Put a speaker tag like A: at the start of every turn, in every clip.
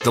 A: The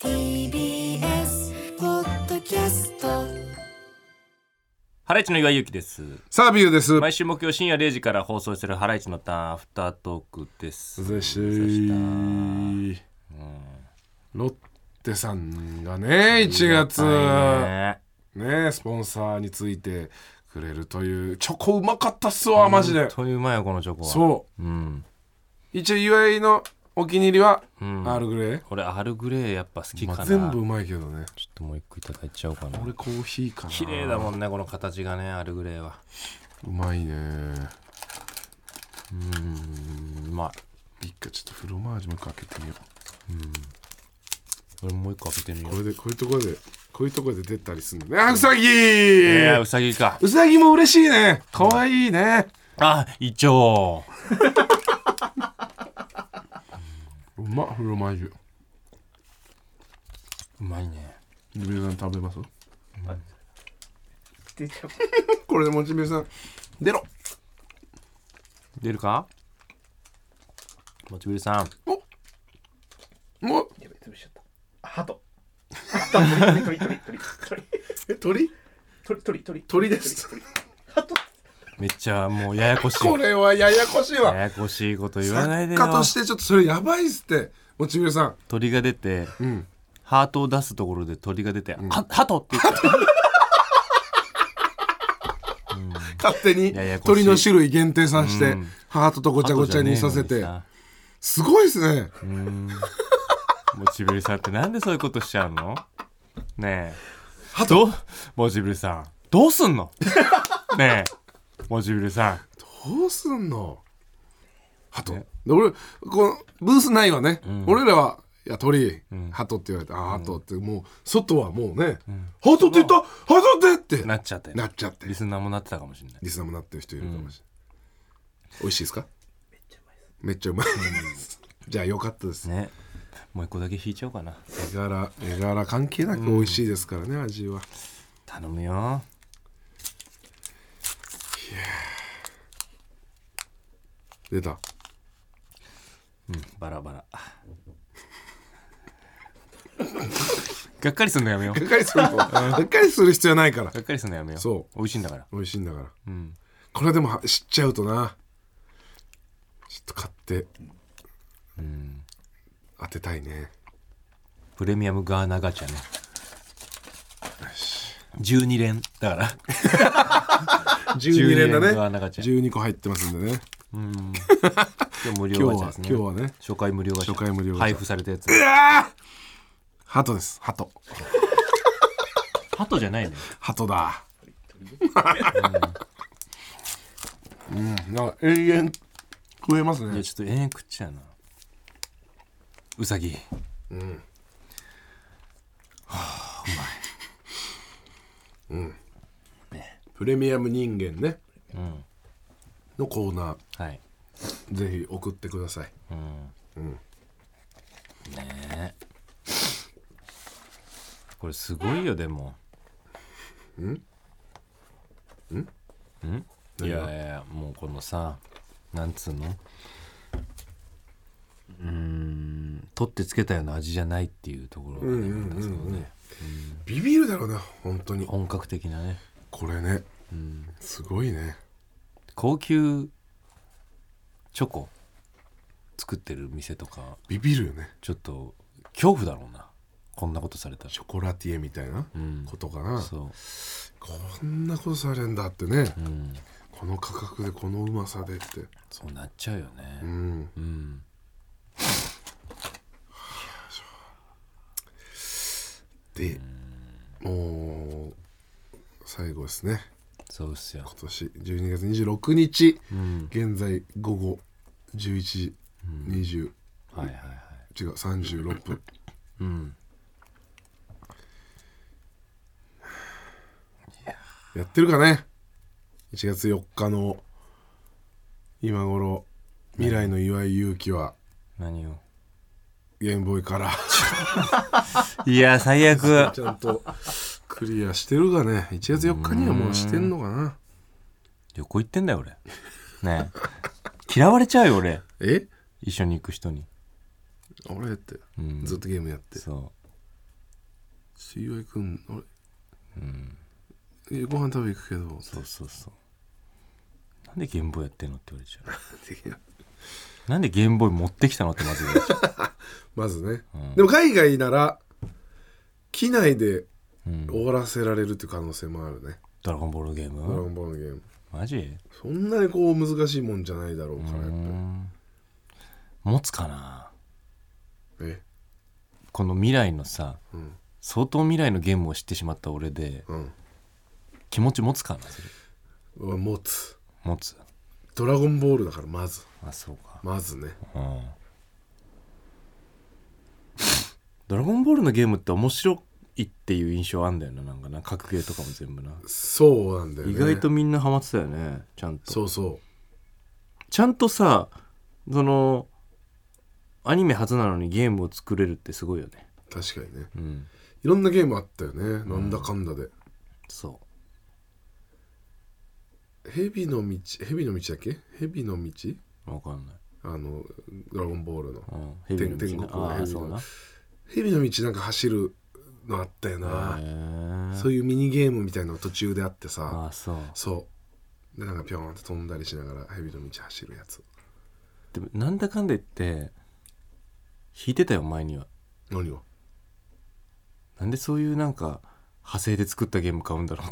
B: TBS ポッドキャスト
C: ハライチの岩井ゆきです。
D: サービューです。
C: 毎週木曜深夜0時から放送するハライチのターンアフタートークです。
D: そして、ロッテさんがね、1月、
C: ね
D: ね、スポンサーについてくれるという、チョコうまかったっすわ、マジで
C: 本。当にうまいよ、このチョコは。
D: そう。一応、岩井のお気に入りは、アールグレ
C: 俺、アールグレーやっぱ好き
D: ー。
C: かな。
D: まあ、全
C: ち
D: 部う
C: ょっ
D: まいけどね。
C: ともう一個いただいちゃおうかな。
D: 俺、コーヒーかな。
C: 綺麗だもんね、この形がね、アールグレーは。
D: うまいね。
C: うまい。
D: 一回ちょっとフロマージュもう一個開けてみよう。
C: 俺もう一個開けてみよ
D: こ
C: う。
D: れで、こういうところで、こういうところで出たりするのね。あ、うさぎ
C: えー、うさぎか。
D: うさぎも嬉しいね。かわいいね。
C: あ、イチョウ。
D: うまフロマージュ。
C: うまいね。
D: モチベさん食べます、これでモチベさん出ろ
C: 出るかもちぶりさん。
D: もう
E: 潰しちゃった。ハト。ハト鳥鳥鳥鳥
D: え鳥
E: 鳥鳥鳥
D: 鳥です
C: めっちゃもうややこしい。
D: これはややこしい
C: や
D: わ
C: やこしいこと言わないで
D: 作
C: よ。
D: 家としてちょっとそれやばいっすってモチベさん
C: 鳥が出て、ハートを出すところで鳥が出て、はハトって言って
D: 勝手に
C: ややこしい
D: 鳥の種類限定させて、
C: うん
D: ハートとごちゃごちゃにさせて
C: ハ
D: すごいですね
C: トじゃねえのにさもちぶりさんってなんでそういうことしちゃうのねえ。
D: ハ
C: どうもちぶりさん、どうすんの ねえ。もちぶりさん。
D: どうすんのハト、
C: ね
D: で俺このブースないわね、俺らはいや鳥、ハトって言われてあハトってもう外はもうね、ハトって言ったハトってって
C: なっちゃって。
D: なっちゃって
C: リスナーもなってたかもしれない。
D: リスナーもなってる人いるかもしれない、美味しいですかめっちゃうまいですじゃあよかったです、
C: ねもう一個だけ引いちゃおうかな。
D: 絵柄絵柄関係なく美味しいですからね、味は
C: 頼むよ。
D: 出た
C: バラバラ。 がっかりすんのやめよ
D: が
C: う。
D: っかりするのがっかりする必要ないから
C: がっかりすんのやめよう。
D: そう
C: 美味しいんだから。
D: 美味しいんだから、これでもは知っちゃうとなちょっと買って、当てたいね
C: プレミアムガーナガチャね。12連だから。
D: 12連だ
C: 12
D: ね
C: 連がなんか違う
D: 12個入ってますんでね
C: 今日無料
D: 今
C: ガチャで
D: 日は
C: すね。
D: 今日はね
C: 初回無料ガチャ。
D: 初回無料ガチャ
C: 配布されたやつ。
D: ハトですハト
C: ハトじゃないね。
D: ハトだ。うん、なんか永遠食えます
C: いや、
D: ね。
C: ちょっと永遠食っちゃうな。うさぎ。
D: プレミアム人間ね。のコーナ
C: はい。
D: ー、ぜひ送ってください。
C: これすごいよ、でも。んんんいやいやいや、もうこのさ、なんつうのうーん、取ってつけたような味じゃないっていうところがね、なんかそのね
D: ビビるだろうな、本当に。
C: 本格的なね。
D: これね、すごいね。
C: 高級チョコ作ってる店とか
D: ビビるよね。
C: ちょっと恐怖だろうなこんなことされたら
D: ショコラティエみたいなことかな。
C: そ
D: こんなことされんだってね。この価格でこのうまさでって。
C: うそうなっちゃうよね、
D: うん。で、もう最後ですね。
C: そうっすよ
D: 今年12月26日、現在午後11時20、
C: はいはいはい
D: 違う36分、 やってるかね1月4日の今頃未来の岩井勇気は
C: 何を
D: ゲームボーイから
C: いや最悪
D: ちゃんとクリアしてるがね1月4日にはもうしてんのかな
C: 旅行行ってんだよ俺ねえ嫌われちゃうよ俺
D: え
C: 一緒に行く人に
D: 俺って
C: うん
D: ずっとゲームやって
C: そ
D: 「岩井君俺、えご飯食べ行くけど」
C: うそうそうそうなんでゲームボーイやってんのって言われちゃ
D: っていう
C: うなんでゲームボーイ持ってきたのってまず言われちゃう、
D: まずね、
C: うん
D: でも海外なら機内で
C: うん、
D: 終わらせられるっていう可能性もあるね、
C: ドラゴンボールゲーム
D: ドラゴンボールのゲーム
C: マジ
D: そんなにこう難しいもんじゃないだろうからやっ
C: う
D: ぱり
C: ん持つかな
D: え
C: この未来のさ
D: うん
C: 相当未来のゲームを知ってしまった俺で
D: うん
C: 気持ち持つかなそれ
D: うわ持つ
C: 持つ
D: ドラゴンボールだからまず
C: あそうか、
D: まずね
C: うん、ドラゴンボールのゲームって面白いっていう印象あんだよななんかな格ゲーとかも全部な、
D: そうなんだよね
C: 意外とみんなハマってたよねちゃんと
D: そうそ
C: ちゃんとさそのアニメ初なのにゲームを作れるってすごいよね
D: う確かにね
C: うん
D: いろんなゲームあったよね、なんだかんだで
C: そ
D: 蛇の道蛇の道だっけ蛇の道
C: うわかんない、
D: あのドラゴンボールの
C: うん、ヘビの道ね
D: 天国の
C: ああ
D: ヘビの
C: そうなへ
D: 蛇の道なんか走るのあったよな、
C: え
D: そういうミニゲームみたいなの途中であってさ、
C: ああそう
D: そうでなんかピョーンって飛んだりしながら蛇の道走るやつ
C: でもなんだかんだ言って弾いてたよ前には
D: 何を
C: なんでそういうなんか派生で作ったゲーム買うんだろう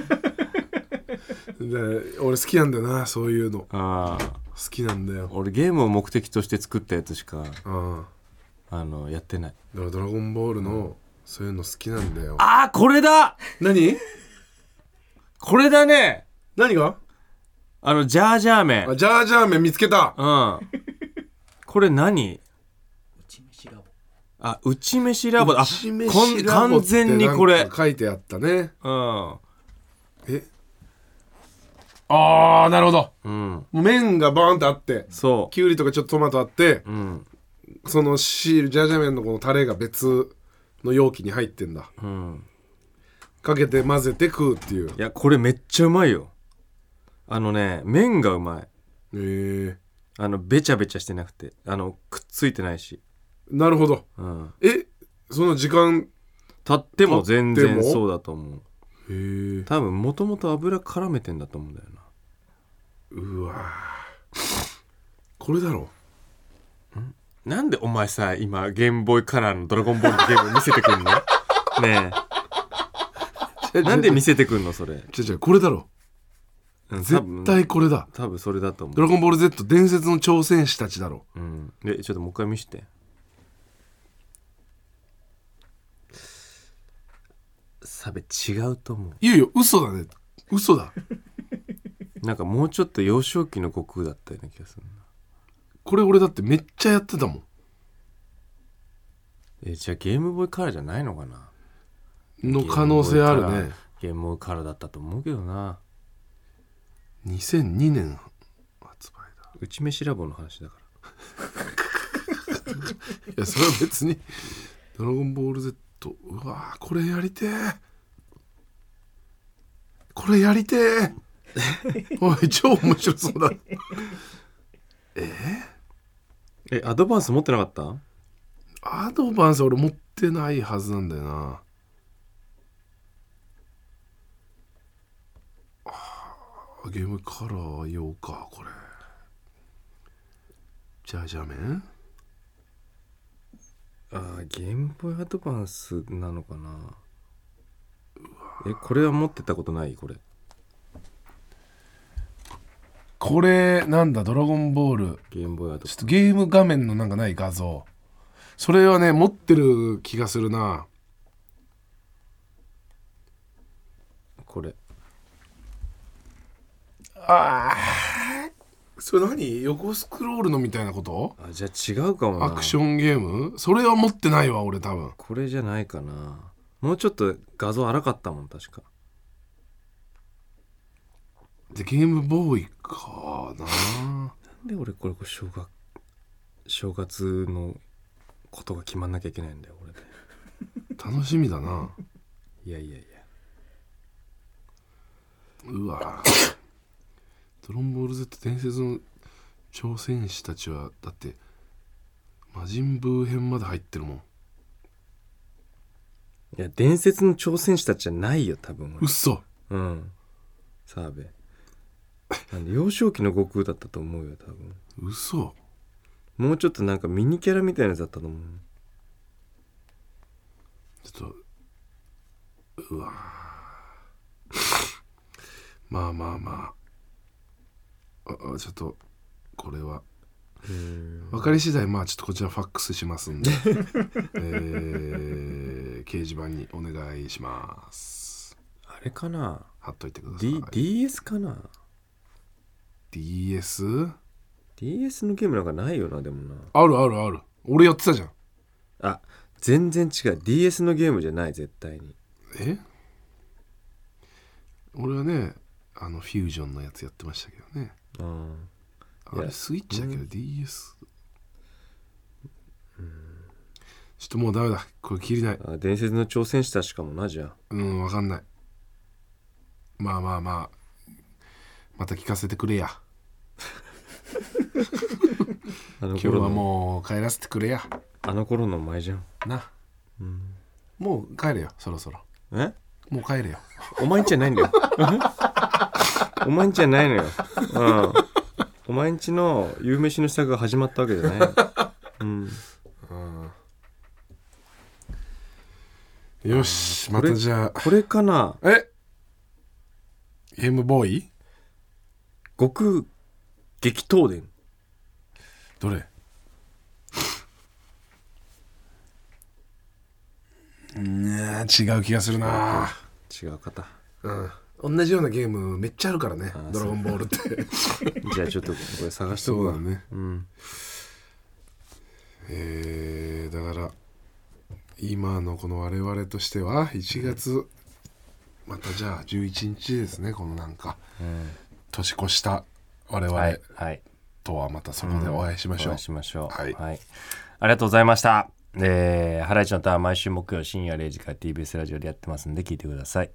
C: って
D: で俺好きなんだよなそういうの好
C: ああ
D: きなんだよ
C: 俺ゲームを目的として作ったやつしか
D: あ
C: あのやってない
D: あだからドラゴンボールのそういうの好きなんだよ
C: ああこれだ
D: 何
C: これだね
D: 何が
C: あのジャージャー麺
D: あジャージャー麺見つけた
C: うんこれ何うち飯ラボあうち飯
D: し
C: ラ
D: め
C: ボ
D: し
C: だあこん
D: ラ
C: 完
D: ボってなんか
C: 全にこれ
D: 書いてあったね
C: うん
D: えああなるほど
C: うん
D: もう麺がバーンとあって
C: そ
D: きゅうりとかちょっとトマトあって
C: ううん
D: そのシールジャージャー麺のこのタレが別の容器に入ってんだ
C: うん
D: かけて混ぜて食うっていう
C: いやこれめっちゃうまいよあのね麺がうまい
D: へえ
C: あのべちゃべちゃしてなくてあのくっついてないし、
D: なるほど
C: うん、
D: えその時間
C: 立っても
D: 立って
C: 全
D: も
C: 然そうだと思う
D: へえ
C: 多分もともと油絡めてんだと思うんだよな
D: うわーこれだろ
C: なんでお前さ今ゲームボーイカラーの「ドラゴンボール」のゲーム見せてくんの ねえ なんで見せてくんのそれ、
D: 違う違うこれだろ
C: うん多分
D: 絶対これだ
C: 多分それだと思
D: ドラゴンボール Z 伝説の挑戦士たちだろ
C: う、うん、でちょっともう一回見せてサベ違うと思う
D: いやいや嘘だね嘘だ
C: なんかもうちょっと幼少期の悟空だったような気がするな
D: これ俺だってめっちゃやってたもん
C: えじゃあゲームボーイカラーじゃないのかな
D: の可能性あるね
C: ゲームボーイカラーだったと思うけどな
D: 2002年発売だ
C: うち飯ラボの話だか
D: いやそれは別に 「ドラゴンボール Z」うわーこれやりてーこれやりてー おい超面白そうだ
C: らえアドバンス持ってなかった
D: アドバンス俺持ってないはずなんだよなあーゲームカラー用かこれじゃあじゃあ麺
C: あーゲームボーイアドバンスなのかなえこれは持ってたことないこれ
D: これなんだ「ドラゴンボール
C: ゲームボーイアド」バン
D: ちょっ
C: ス
D: とゲーム画面のなんかない画像それはね持ってる気がするな
C: これ
D: それ何横スクロールのみたいなこと
C: あじゃあ違うかもな
D: アクションゲームそれは持ってないわ俺多分
C: これじゃないかなもうちょっと画像荒かったもん確か
D: でゲームボーイかな
C: なんで俺これこれ正月正月のことが決まんなきゃいけないんだよ俺で
D: 楽しみだない
C: やいやいや
D: うわドロンボール Z 伝説の挑戦士たちはだって魔人ブー編まで入ってるもん
C: いや伝説の挑戦者たちじゃないよ多分 俺
D: 嘘
C: うん澤部なんで幼少期の悟空だったと思うよ多分
D: 嘘
C: もうちょっとなんかミニキャラみたいなやつだったと思う
D: ちょっとうわまあまあまあああちょっとこれは分かり次第まあちょっとこちらファックスしま すんで、えー、掲示板にお願いします
C: あれかな、
D: 貼っといてください
C: D、DS かな
D: DS?
C: DS のゲームなんかないよなでもな
D: あるあるある俺やってたじゃん
C: あ全然違う DS のゲームじゃない絶対に
D: え俺はねあのフュージョンのやつやってましたけどね
C: うん
D: あ
C: い
D: れ
C: や
D: スイッチだけど
C: う
D: DS ちょっともうダメだこれ切りない
C: あ伝説の挑戦者しかもなじゃあ
D: うんわかんないまあまあまあまた聞かせてくれや
C: あの
D: 今日は
C: 頃の
D: もう帰らせてくれや
C: あの頃の前じゃん
D: な、もう帰れよそろそろ
C: え
D: もう帰れよ
C: お前んちじゃないん だよお前んちじゃないのよ、うん、お前んちの夕飯の支度が始まったわけじゃない、うん、
D: よしま
C: これ
D: たじゃあ
C: これかな
D: えゲームボーイ
C: 悟空激闘伝
D: どれうん違う気がするな
C: 違う方
D: うん同じようなゲームめっちゃあるからね「ドラゴンボール」って
C: じゃあちょっとこれ探して
D: そうだね
C: うん
D: えー、だから今のこの我々としては1月またじゃあ11日ですねこのなんか、年越した我々
F: はい、はい。
D: とはまたそこでお会いしまし
F: お
D: ょう、
F: 会いしましょう。
D: はい
F: ありがとうございました。えー、ハライチのターン毎週木曜深夜0時から TBS ラジオでやってますんで聞いてください。